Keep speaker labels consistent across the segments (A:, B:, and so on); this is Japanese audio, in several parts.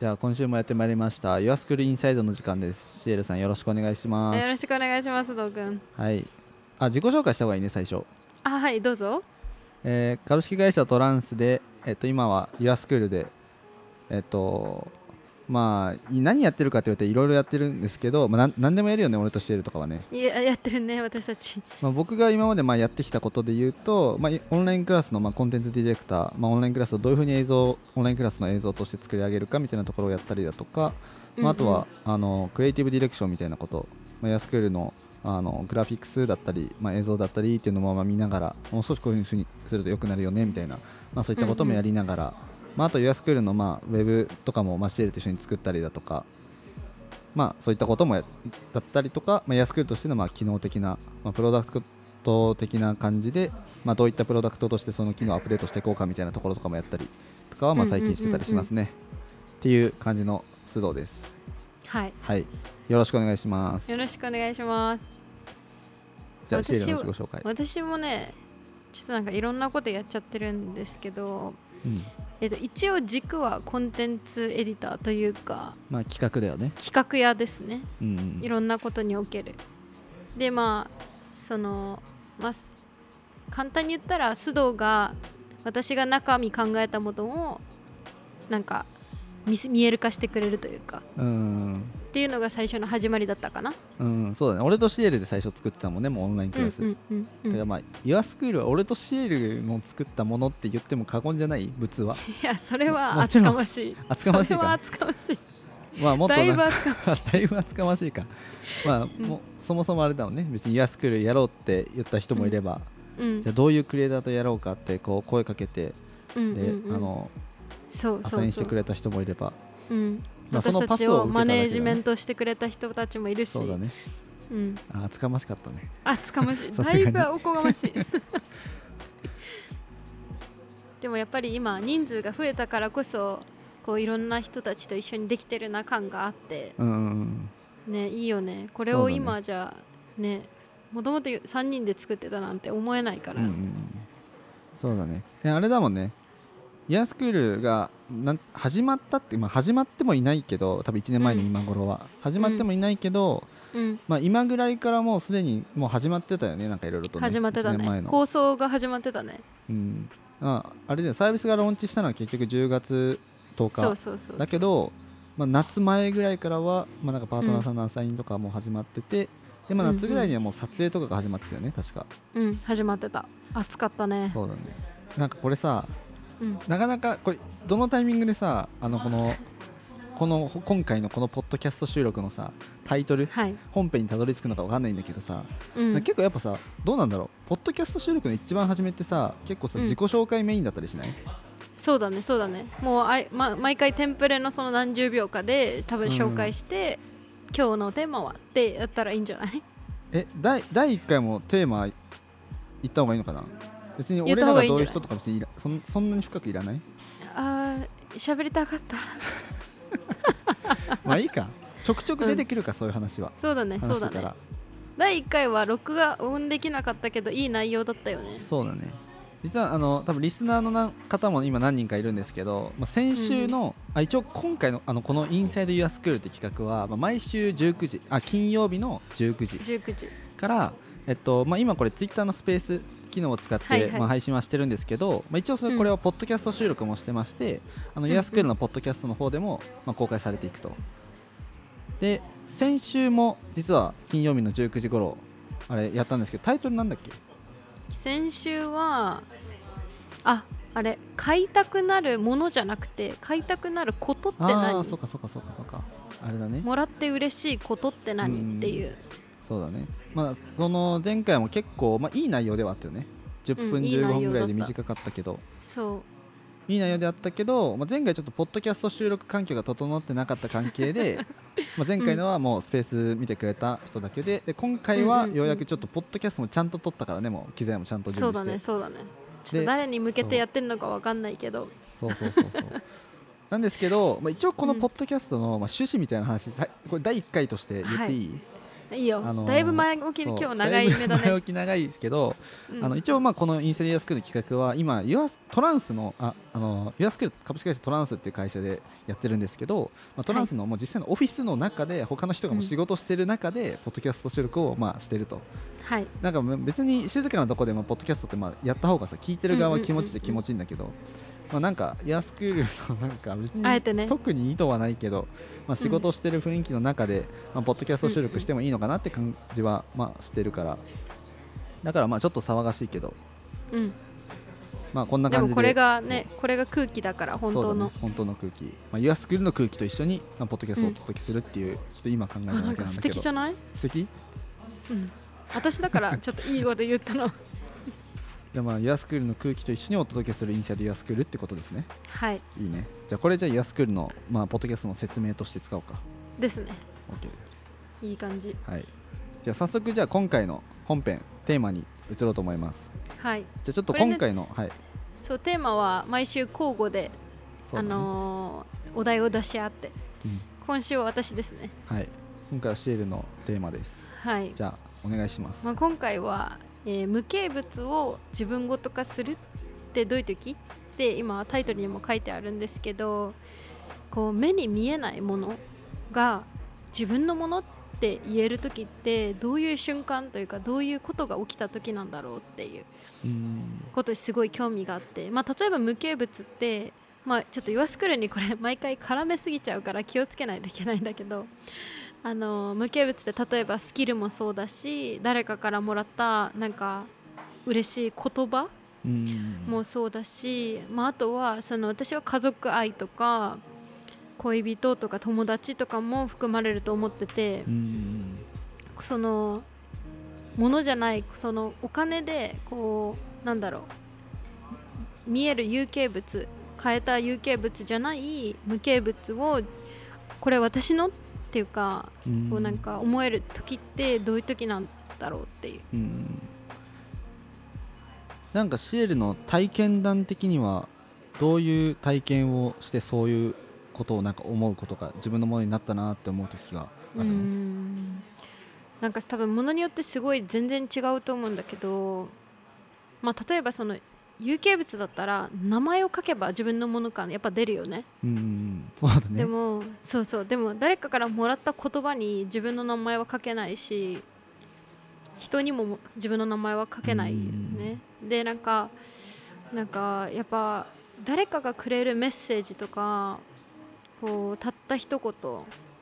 A: じゃあ今週もやってまいりました「Your School Inside」の時間ですシエルさんよろしくお願いしま
B: よろ
A: す
B: しくお願いします、どうくん。
A: はいあ自己紹介した方がいいね最初、
B: あ、はい、どうぞ。
A: えー株式会社トランスで、えっと、今は Your School でえっとまあい何やってるかって言われていろいろやってるんですけど、まあ、なん何でもやるよね俺とシエルとかはね、
B: いや、やってるね、私たち。
A: まあ、僕が今までまあやってきたことで言うと、まあ、いオンラインクラスのまあコンテンツディレクター、まあ、オンラインクラスをどういうふうに映像オンラインクラスの映像として作り上げるかみたいなところをやったりだとか、まあ、あとは、あのクリエイティブディレクションみたいなこと、まあ、ヤスクールのあのグラフィックスだったり、まあ、映像だったりっていうのもまあ見ながらもう少しこういうふうにすると良くなるよねみたいな、まあ、そういったこともやりながら、まあ、あとユアスクールのまあウェブとかもまあシエルと一緒に作ったりだとか、まあ、そういったこともやだったりとか、まあ、ユアスクールとしてのまあ機能的な、まあ、プロダクト的な感じで、まあ、どういったプロダクトとしてその機能をアップデートしていこうかみたいなところとかもやったりとかはまあ最近してたりしますね、っていう感じの須藤です。
B: うんうん。はい。
A: はい、よろしくお願いします。
B: よろしくお願いします。
A: じゃあ、シエ
B: 私
A: ルの自己紹介。
B: 私もね、ちょっとなんかいろんなことやっちゃってるんですけど、
A: うん、
B: えっと、一応軸はコンテンツエディターというか、
A: まあ、企画だよね。
B: 企画屋ですね。
A: うんうん、
B: いろんなことにおける。で、まあ、その、まあ、す簡単に言ったら、須藤が私が中身考えたものを、なんか見せ、見える化してくれるというか。
A: うん、
B: っていうのが最初の始まりだったかな。
A: うん、そうだね。俺とシエルで最初作ってたもんね、もうオンラインクラス。
B: うんうんうんうん
A: だからまあ、ユアスクールは俺とシエルの作ったものって言っても過言じゃない物 は
B: いやそれは
A: もち
B: 厚
A: ろん
B: かましい。
A: 厚かましいか
B: それは厚かましい。
A: まあもっと
B: だい
A: なん
B: ぶ
A: か
B: 厚かま しい。
A: だいぶ厚かましいかまあ、もうそもそもあれだもんね別にユアスクールやろうって言った人もいれば、
B: うん
A: じゃあどういうクリエイターとやろうかってこう声かけて、
B: うん
A: で、
B: うんうん
A: あの
B: そう
A: ア
B: そ
A: サイ
B: う
A: ンし
B: そ
A: て
B: う
A: く。れた人もいれば
B: うん。
A: まあその
B: 私た
A: パ
B: ち
A: スを
B: を
A: 受け
B: マ
A: ただけだね
B: ネージメントしてくれた人たちもいるし、
A: そうだね
B: うん、
A: あ厚かましかったね
B: 厚かまし い。
A: さす
B: だ
A: がに
B: いぶおこが ましい。 でもやっぱり今人数が増えたからこそ、こういろんな人たちと一緒にできてるな感があって、
A: うんうんうん
B: ねいいよねこれ
A: そう
B: を
A: だね
B: 今じゃあねもともと3人で作ってたなんて思えないから、
A: うんうんうん、そうだねえあれだもんねイヤースクールがなん始まったって、まあ、始まってもいないけど多分1年前の今頃は、始まってもいないけど、
B: うん
A: まあ、今ぐらいからもうすでにもう始まってたよねなんかいろいろと、ね、
B: 始まってた
A: 1年前
B: ね
A: の
B: 構想が始まってたね
A: うん、ああれだよサービスがローンチしたのは結局10月10日
B: そうそうそう
A: だけど、まあ、夏前ぐらいからは、まあ、なんかパートナーさんのアサインとかも始まってて、でまあ、夏ぐらいにはもう撮影とかが始まってたよね確か、
B: うん始まってた暑かったね
A: そうだねなんかこれさ
B: うん
A: なかなかこれどのタイミングでさあのこのこの今回のこのポッドキャスト収録のさタイトル
B: はい、
A: 本編にたどり着くのかわかんないんだけどさ、
B: うん、
A: 結構やっぱさどうなんだろうポッドキャスト収録の一番初めってさ結構さ、
B: うん
A: 自己紹介メインだったりしない
B: そうだねそうだねもうあい、ま、毎回テンプレのその何十秒かで多分紹介して、今日のテーマはってやったらいいんじゃない
A: え第第1回もテーマ言った方がいいのかな別に俺
B: 言った
A: ら
B: 方が
A: が
B: いいん
A: どう
B: じ
A: い
B: ゃない
A: 人
B: う
A: とか別にいらそんそんなに深くいらない
B: あー喋りたかった
A: まあいいかちょくちょく出てくるか、そういう話は
B: そうだね
A: 話
B: そう
A: して
B: だ
A: た
B: ね
A: ら
B: 第1回は録画音できなかったけどいい内容だったよね
A: そうだね実はあの多分リスナーのな方も今何人かいるんですけど、まあ、先週の、あ一応今回のあのこの「インサイド・ユア・スクール」って企画は、まあ、毎週19時あ金曜日の19時
B: 19時
A: から、えっとまあ、今これツイッターのスペース機能を使って、
B: はいはい
A: まあ、配信はしてるんですけど、まあ、一応それ
B: うん
A: これはポッドキャスト収録もしてまして「あの
B: うん
A: ユアスクール」のポッドキャストの方でも、まあ、公開されていくとで先週も実は金曜日の19時頃あれやったんですけどタイトルなんだっけ
B: 先週はああれ買いたくなるものじゃなくて買いたくなることって
A: あ
B: 何
A: あそうかそうかそうかそうかあれだね
B: もらって嬉しいことって
A: うん
B: 何っていう
A: そうだねまあその前回も結構、まあ、いい内容ではあったよね10
B: う
A: 分
B: んいい内
A: 15
B: 容
A: 分ぐらいで
B: だった
A: 短かったけど、
B: そう
A: いい内容であったけど、まあ、前回ちょっとポッドキャスト収録環境が整ってなかった関係 でまあ前回のはもうスペース見てくれた人だけでで今回は
B: うんうんうん
A: ようやくちょっとポッドキャストもちゃんと撮ったからねもう機材もちゃんと準
B: そう
A: 備
B: だ
A: して
B: ねそうだねちょっと誰に向けてやってるのかわかんないけど
A: そうそうそうそう なんですけど、まあ、一応このポッドキャストのまあ趣旨みたいな話さこれ第1回として言っていい、
B: いいよ、
A: あの
B: だいぶ前置き
A: そう
B: 今日長い目だ
A: いぶ前
B: ね
A: 置き長いですけど、
B: うん
A: あの一応まあこのインセリアスクール企画は今ユアトランスのああのユアスクール株式会社トランスっていう会社でやってるんですけど、まあ、トランスのもう実際のオフィスの中で他の人がもう仕事してる中でポッドキャスト収録をまあしてると
B: はい
A: なんか別に静かなとこでもポッドキャストってまあやった方がさ聞いてる側は気持ちいいっちゃ気持ちいいんだけど、まあ、なんかユアスクールのなんか別に
B: あえてね
A: 特に意図はないけど、まあ、仕事をしてる雰囲気の中で、まあ、ポッドキャスト収録してもいいのかなって感じは、まあ、してるからだからまあちょっと騒がしいけど、
B: うん
A: まあ、こんな
B: で
A: 感じ
B: も
A: で
B: これがねこれが空気だから本
A: そ
B: 当
A: うだね
B: の、
A: 本当の空気、まあ、ユアスクールの空気と一緒に、まあ、ポッドキャストをお届けするっていう、ちょっと今考えただけ
B: あな
A: なんんだ
B: か素
A: けど
B: 敵じゃない、
A: 素敵
B: うん、私だからちょっといいこと言ったの
A: じゃあまあユアスクールの空気と一緒にお届けするインサイドユアスクールってことですね
B: はい
A: いいねじゃあこれじゃあユアスクールの、まあ、ポッドキャストの説明として使おうか
B: ですね
A: OK
B: いい感じ
A: はい、じゃあ早速じゃあ今回の本編テーマに移ろうと思います
B: はい
A: じゃあちょっと
B: これね
A: 今回の、はい
B: そうテーマは毎週交互で、
A: そうだ
B: あ
A: ね
B: のーお題を出し合って
A: うん
B: 今週は私ですね
A: はい今回はシールのテーマです
B: はい
A: じゃあお願いします、
B: まあ、今回は、えー無形物を自分ごと化するってどういう時って今タイトルにも書いてあるんですけどこう目に見えないものが自分のものって言える時ってどういう瞬間というかどういうことが起きた時なんだろうっていう
A: うーん
B: ことにすごい興味があって、まあ、例えば無形物って、まあ、ちょっと岩スクールにこれ 毎回絡めすぎちゃうから気をつけないといけないんだけどあの無形物って例えばスキルもそうだし誰かからもらったなんか嬉しい言葉
A: うーん
B: もそうだし、まあ、あとはその私は家族愛とか恋人とか友達とかも含まれると思ってて
A: うー。ん
B: そのものじゃないそのお金でこうなんだろう見える有形物変えた有形物じゃない無形物をこれ私のっていうか
A: うーん
B: こうなんか思える時ってどういう時なんだろうっていう
A: うーんなんかシエルの体験談的にはどういう体験をしてそういうことをなんか思うことが自分のものになったなって思う時があ
B: う
A: るの
B: んなんか多分ものによってすごい全然違うと思うんだけど、まあ、例えばその有形物だったら名前を書けば自分のもの感やっぱ出るよね。
A: うーんそうだね
B: でもそうそうでも誰かからもらった言葉に自分の名前は書けないし人にも自分の名前は書けないよねでなんかなんかやっぱ誰かがくれるメッセージとかこうたった一言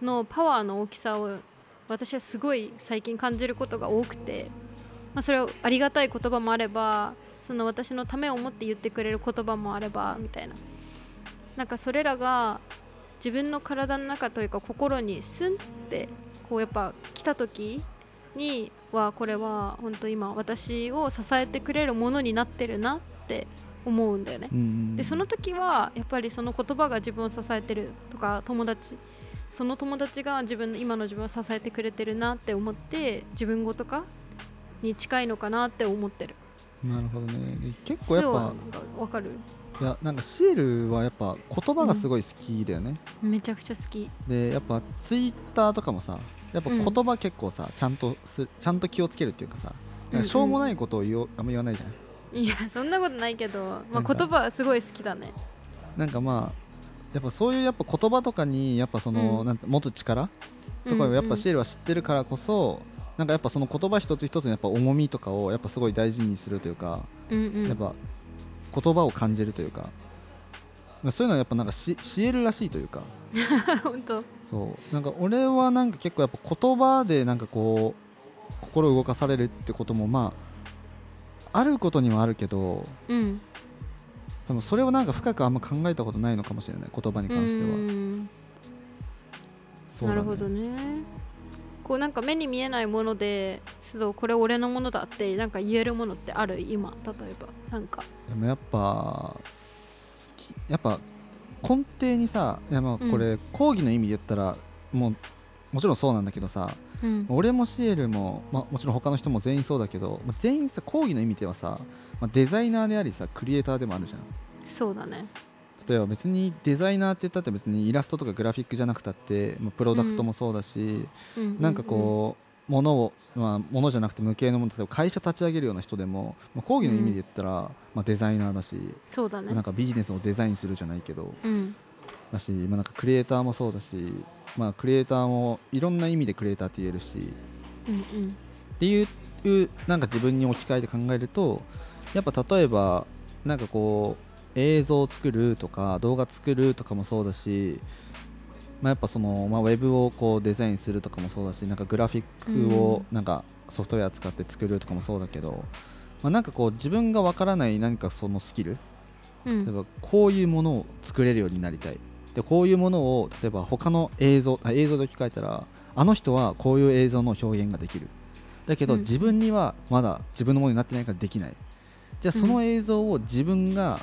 B: のパワーの大きさを私はすごい最近感じることが多くて、まあ、それはありがたい言葉もあればその私のためを思って言ってくれる言葉もあればみたいななんかそれらが自分の体の中というか心にスンってこうやっぱ来た時にはこれは本当今私を支えてくれるものになってるなって思うんだよね
A: う。ーん
B: でその時はやっぱりその言葉が自分を支えてるとか友達その友達が自分の今の自分を支えてくれてるなって思って自分ごとかに近いのかなって思ってる。
A: なるほどねで結構
B: す
A: やっ
B: ごい
A: ぱ
B: なんかわかる
A: いやなんかシエルはやっぱ言葉がすごい好きだよね、
B: めちゃくちゃ好き。
A: でやっぱツイッターとかもさやっぱ
B: うん
A: 言葉結構さ、ちゃんとすちゃんと気をつけるっていうかさなんかしょうもないことを言おうあんま言わないじゃん
B: いやそんなことないけど、ま
A: な
B: あ、
A: んか
B: 言葉はすごい好きだね。
A: なんかまあやっぱそういうやっぱ言葉とかにやっぱその、
B: うん
A: なんて持つ力とか
B: う
A: を
B: ん
A: やっぱシエルは知ってるからこそ、なんかやっぱその言葉一つ一つのやっぱ重みとかをやっぱすごい大事にするというか、
B: うんうん
A: やっぱ言葉を感じるというかそういうのはやっぱなんかしシエルらしいというか
B: 本当
A: そうなんか俺はなんか結構やっぱ言葉でなんかこう心動かされるってこともまああることにはあるけど
B: うん
A: でもそれをなんか深くあんま考えたことないのかもしれない言葉に関しては、
B: うん
A: そう
B: な
A: だね
B: るほどねこうなんか目に見えないもので須藤これ俺のものだってなんか言えるものってある今例えばなんか
A: でもやっぱすきやっぱ根底にさいやま
B: うん
A: あこれ講義の意味で言ったらもうもちろんそうなんだけどさ
B: うん
A: 俺もシエルも、まあ、もちろん他の人も全員そうだけど、まあ全員さ講義の意味ではさ、まあデザイナーでありさクリエイターでもあるじゃん
B: そうだね
A: 例えば別にデザイナーって言ったって別にイラストとかグラフィックじゃなくたって、まあプロダクトもそうだし、
B: ううう
A: なんかこう、ものを、まあ、ものじゃなくて無形のもの例えば会社立ち上げるような人でも、まあ、講義の意味で言ったら、まあ、デザイナーだし、
B: そうだ
A: な
B: ね
A: んかビジネスをデザインするじゃないけど
B: うん
A: だし、まあ、なんかクリエイターもそうだし、まあ、クリエイターもいろんな意味でクリエイターって言えるし
B: うんうん
A: っていうなんか自分に置き換えて考えるとやっぱ例えばなんかこう映像を作るとか動画作るとかもそうだし、まあ、やっぱその、まあ、ウェブをこうデザインするとかもそうだしなんかグラフィックをなんかソフトウェア使って作るとかもそうだけど、まあ、なんかこう自分がわからない何かそのスキル
B: う
A: 例え
B: ん
A: ばこういうものを作れるようになりたいでこういうものを例えば他の映像あ映像で置き換えたらあの人はこういう映像の表現ができるだけど、
B: うん
A: 自分にはまだ自分のものになってないからできないじゃあその映像を自分が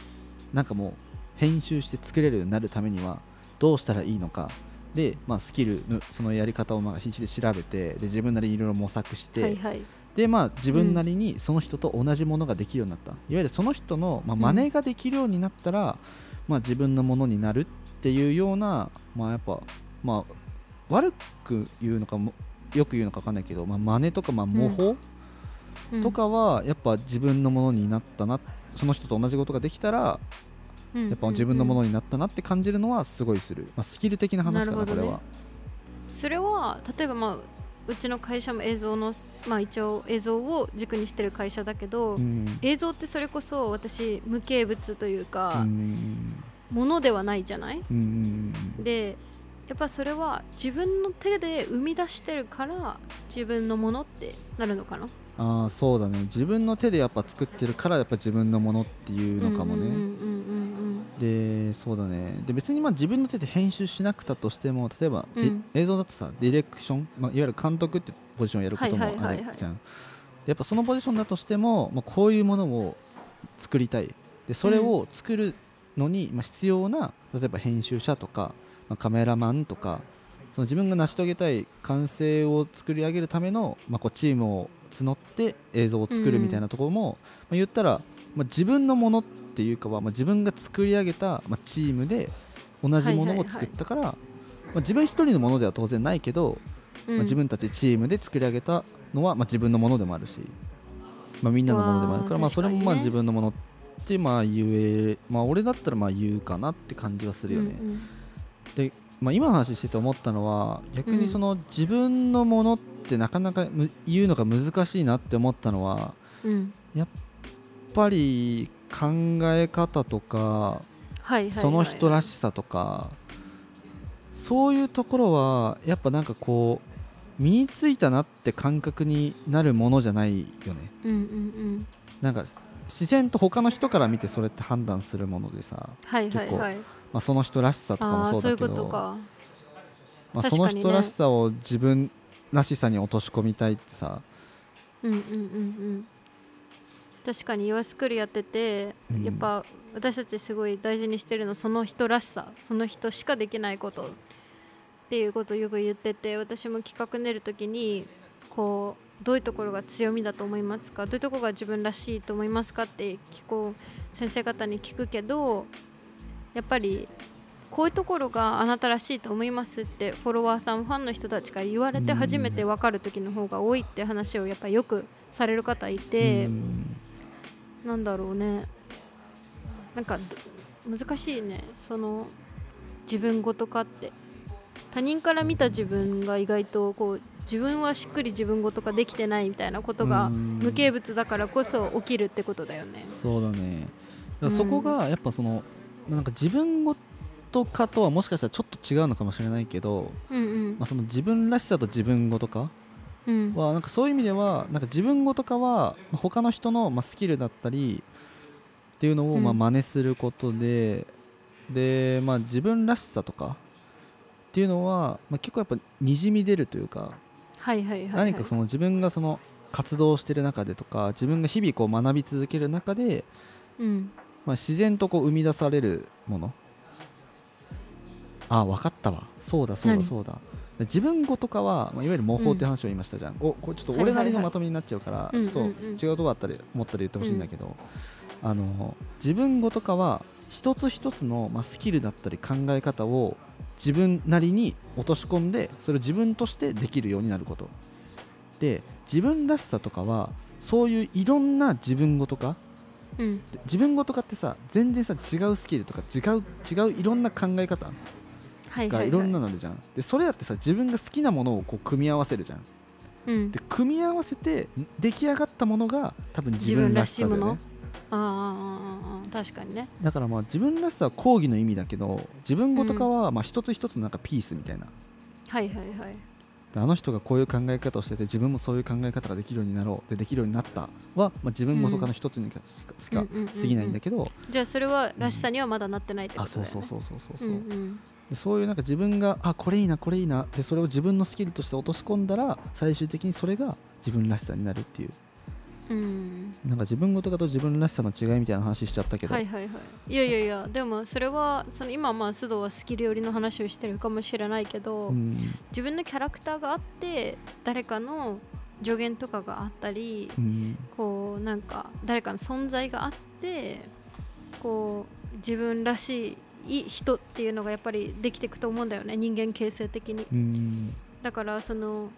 A: なんかもう編集して作れるようになるためにはどうしたらいいのかで、まあ、スキルのそのやり方をまあ必死で調べてで自分なりにいろいろ模索して、
B: はいはい
A: でまあ自分なりにその人と同じものができるようになった、いわゆるその人の、まあ、
B: うん
A: 真似ができるようになったら、まあ、自分のものになるっていうようなまあやっぱまあ悪く言うのかもよく言うのか分かんないけど、まあ、真似とか、まあ、模倣
B: うん
A: とかはやっぱ自分のものになったなその人と同じことができたら
B: うん
A: やっぱ自分のものになったなって感じるのはすごいする、まあ、スキル的な話かな
B: なるほ
A: こ
B: ど
A: れ
B: ね
A: は。
B: それは例えばまあうちの会社も映像のまあ一応映像を軸にしてる会社だけど、
A: うん
B: 映像ってそれこそ私無形物という
A: うんう
B: か、
A: ん
B: ものではないじゃない
A: うんうん
B: でやっぱそれは自分の手で生み出してるから自分のものってなるのかな
A: あーそうだね自分の手でやっぱ作ってるからやっぱ自分のものっていうのかもね、
B: うんうんうん
A: でそうだねで別にまあ自分の手で編集しなくたとしても例えば、で
B: うん
A: 映像だとさディレクション、まあ、いわゆる監督ってポジションをやることもあるじゃん、
B: はいはいはい
A: でやっぱそのポジションだとしても、まあ、こういうものを作りたいでそれを作るのに、まあ、必要な例えば編集者とか、まあ、カメラマンとかその自分が成し遂げたい完成を作り上げるための、まあ、こうチームを募って映像を作るみたいなところも、まあ、言ったら、まあ、自分のものっていうかは、まあ、自分が作り上げた、まあ、チームで同じものを作ったから、まあ、自分一人のものでは当然ないけど、
B: うんうん
A: まあ、自分たちチームで作り上げたのは、まあ、自分のものでもあるし、まあ、みんなのものでもあるから、
B: うわー
A: まあ、それもまあ
B: 確かにね
A: 自分のものってまあ言え、まあ、俺だったらまあ言うかなって感じはするよね。
B: うんうん
A: で、まあ、今の話してて思ったのは逆にその自分のものってなかなかむ言うのが難しいなって思ったのは
B: うん
A: やっぱり考え方とか
B: はいはいはい
A: その人らしさとかそういうところはやっぱなんかこう身についたなって感覚になるものじゃないよね
B: うんうんうん
A: なんか自然と他の人から見てそれって判断するものでさ、
B: はいはいはい
A: まあ、その人らしさとか
B: あ
A: も
B: あー
A: そ
B: そううい
A: だ
B: う
A: け
B: こと
A: ど
B: か
A: まあ、
B: 確
A: その
B: かにね
A: 人らしさを自分らしさに落とし込みたいってさ、
B: うんうんうんうん確かに岩スクールやってて、
A: うん
B: やっぱ私たちすごい大事にしてるのその人らしさその人しかできないことっていうことをよく言ってて私も企画練る時にこうどういうところが強みだと思いますかどういうところが自分らしいと思いますかって聞こう先生方に聞くけどやっぱりこういうところがあなたらしいと思いますってフォロワーさんファンの人たちから言われて初めて分かる時の方が多いって話をやっぱよくされる方いて、
A: うん
B: なんだろうねなんかど難しいねその自分ごとかって他人から見た自分が意外とこう自分はしっくり自分ごとかできてないみたいなことが
A: うん
B: 無形物だからこそ起きるってことだよね。
A: そうだねだからそこがやっぱその、まあなんか自分ごとかとはもしかしたらちょっと違うのかもしれないけど、
B: うんうん
A: まあ、その自分らしさと自分ごとか
B: うん
A: はなんかそういう意味ではなんか自分ごとかはまあ他の人のまあスキルだったりっていうのを
B: うん
A: まあ真似することで、で、まあ、自分らしさとかっていうのは、まあ、結構やっぱにじみ出るというか
B: はいはいはいはい、
A: 何かその自分がその活動してる中でとか自分が日々こう学び続ける中で、
B: うん
A: まあ、自然とこう生み出されるものああ分かったわそうだそうだ
B: 何
A: そうだ自分語とかは、まあ、いわゆる模倣って話を言いましたじゃん、おこれちょっと俺なりの
B: はいはいはい
A: まとめになっちゃうから、
B: うんうんうん
A: ちょっと違うとこあったり思ったり言ってほしいんだけど、あの自分語とかは一つ一つの、まあ、スキルだったり考え方を自分なりに落とし込んでそれを自分としてできるようになることで自分らしさとかはそういういろんな自分語とか
B: うん
A: で自分語とかってさ全然さ違うスキルとか違う違ういろんな考え方
B: はいは
A: が
B: い、はい、
A: いろんなのあるじゃん、でそれだってさ自分が好きなものをこう組み合わせるじゃん
B: うん
A: で組み合わせて出来上がったものが多分自
B: 自
A: 分
B: 分
A: ら
B: ら
A: し
B: し
A: さ
B: い
A: だ
B: も
A: よね
B: のあーあーあーあー確かにね
A: だからまあ自分らしさは講義の意味だけど自分語とかはまあ一つ一つのなんかピースみたいな、
B: はいはいはい
A: であの人がこういう考え方をしてて自分もそういう考え方ができるようになろうでできるようになったは、まあ、自分語とかの一つにしかしか過ぎないんだけ
B: け
A: ど、
B: どじゃあそれはらしさにはまだなってないってこ
A: あ
B: とだ
A: そう
B: よね
A: そうそうそうそうそう、
B: うんうん
A: でそういうなんか自分があこれいいなこれいいなでそれを自分のスキルとして落とし込んだら最終的にそれが自分らしさになるっていう
B: うん
A: なんか自分ごとかと自分らしさの違いみたいな話しちゃったけど、
B: はいはいはいいやいやいやでもそれはその今まあ須藤はスキル寄りの話をしてるかもしれないけど、
A: うん
B: 自分のキャラクターがあって誰かの助言とかがあったり、
A: うん
B: こうなんか誰かの存在があってこう自分らしい人っていうのがやっぱりできていくと思うんだよね人間形成的に
A: うん
B: だからその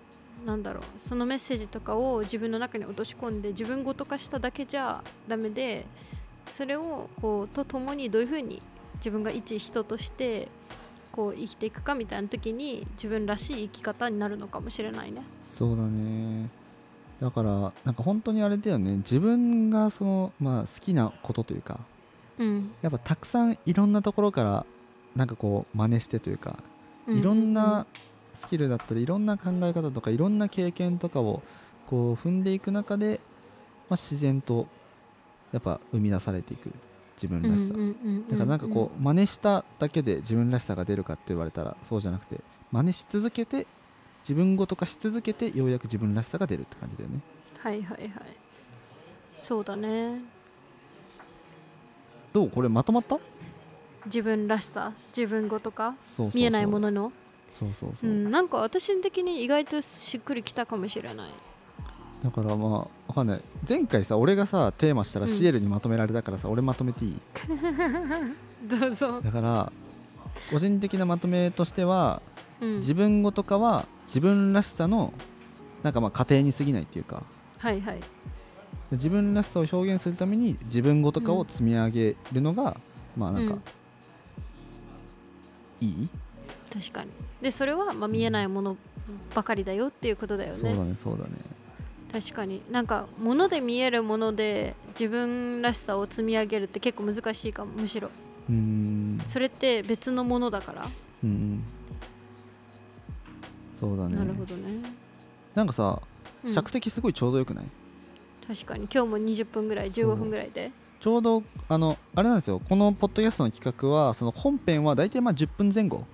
B: なんだろうそのメッセージとかを自分の中に落とし込んで自分ごと化しただけじゃダメでそれをこうと共にどういうふうに自分が一人としてこう生きていくかみたいな時に自分らしい生き方になるのかもしれないね。
A: そうだねだからなんか本当にあれだよね自分がその、まあ、好きなことというか
B: うん、
A: やっぱたくさんいろんなところからなんかこう真似してというかいろんなスキルだったりいろんな考え方とかいろんな経験とかをこう踏んでいく中で、まあ、自然とやっぱ生み出されていく自分らしさ、だからなんかこう真似しただけで自分らしさが出るかって言われたらそうじゃなくて真似し続けて自分ごと化し続けてようやく自分らしさが出るって感じだよね
B: はいはいはいそうだね
A: どうこれまとまった
B: 自分らしさ自分語とか
A: そうそうそう
B: 見えないものの
A: そうそう
B: う
A: そう、
B: ん、なんか私的に意外としっくりきたかもしれない
A: だからまあわかんない前回さ俺がさテーマしたら
B: うん
A: シエルにまとめられたからさ、俺まとめていい
B: どうぞ、
A: だから個人的なまとめとしては、
B: うん、
A: 自分語とかは自分らしさのなんかまあ過程に過ぎないっていうか
B: はいはい
A: で自分らしさを表現するために自分語とかを積み上げるのが、まあなんか、
B: うん
A: いい
B: 確かにでそれはまあ見えないものばかりだよっていうことだよ
A: そうだ
B: ね
A: ねそうだね
B: 確かになんか物で見えるもので自分らしさを積み上げるって結構難しいかもむしろ
A: うーん
B: それって別のものだから、
A: うんうんそうだね
B: なるほどね、
A: なんかさ
B: うん
A: 尺的すごいちょうどよくない、
B: 確かに今日も20分ぐらい
A: そう
B: 15分ぐらいで
A: ちょうどあのあれなんですよこのポッドキャストの企画はその本編は大体まあ10分前後
B: うんうん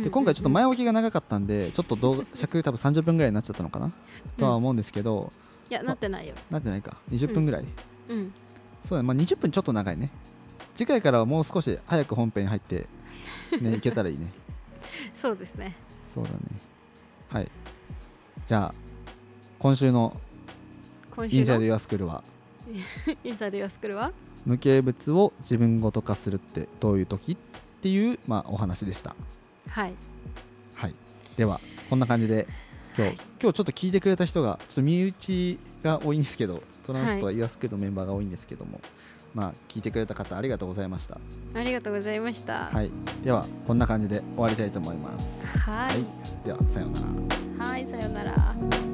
B: う
A: で
B: ん
A: 今回ちょっと前置きが長かったんでちょっと動画尺多分30分ぐらいになっちゃったのかなとは思うんですけど
B: いやなってないよ
A: なってないか20分ぐらい
B: うん
A: そうだねまあ20分ちょっと長いね次回からはもう少し早く本編入ってねいけたらいいね
B: そうですね
A: そうだねはいじゃあ今週の
B: 今
A: イ
B: 週
A: ンサイ
B: の
A: ドユアスクールは
B: インサイド・ヨアスクールは
A: 無形物を自分ごと化するってどういう時っていうまあお話でした
B: はい
A: はい、ではこんな感じで今日今日ちょっと聞いてくれた人がちょっと身内が多いんですけどトランスとはユアスクールのメンバーが多いんですけども、まあ聞いてくれた方ありがとうございました、
B: ありがとうございました
A: はい、ではこんな感じで終わりたいと思います、
B: はい
A: ではさようなら
B: はいさようなら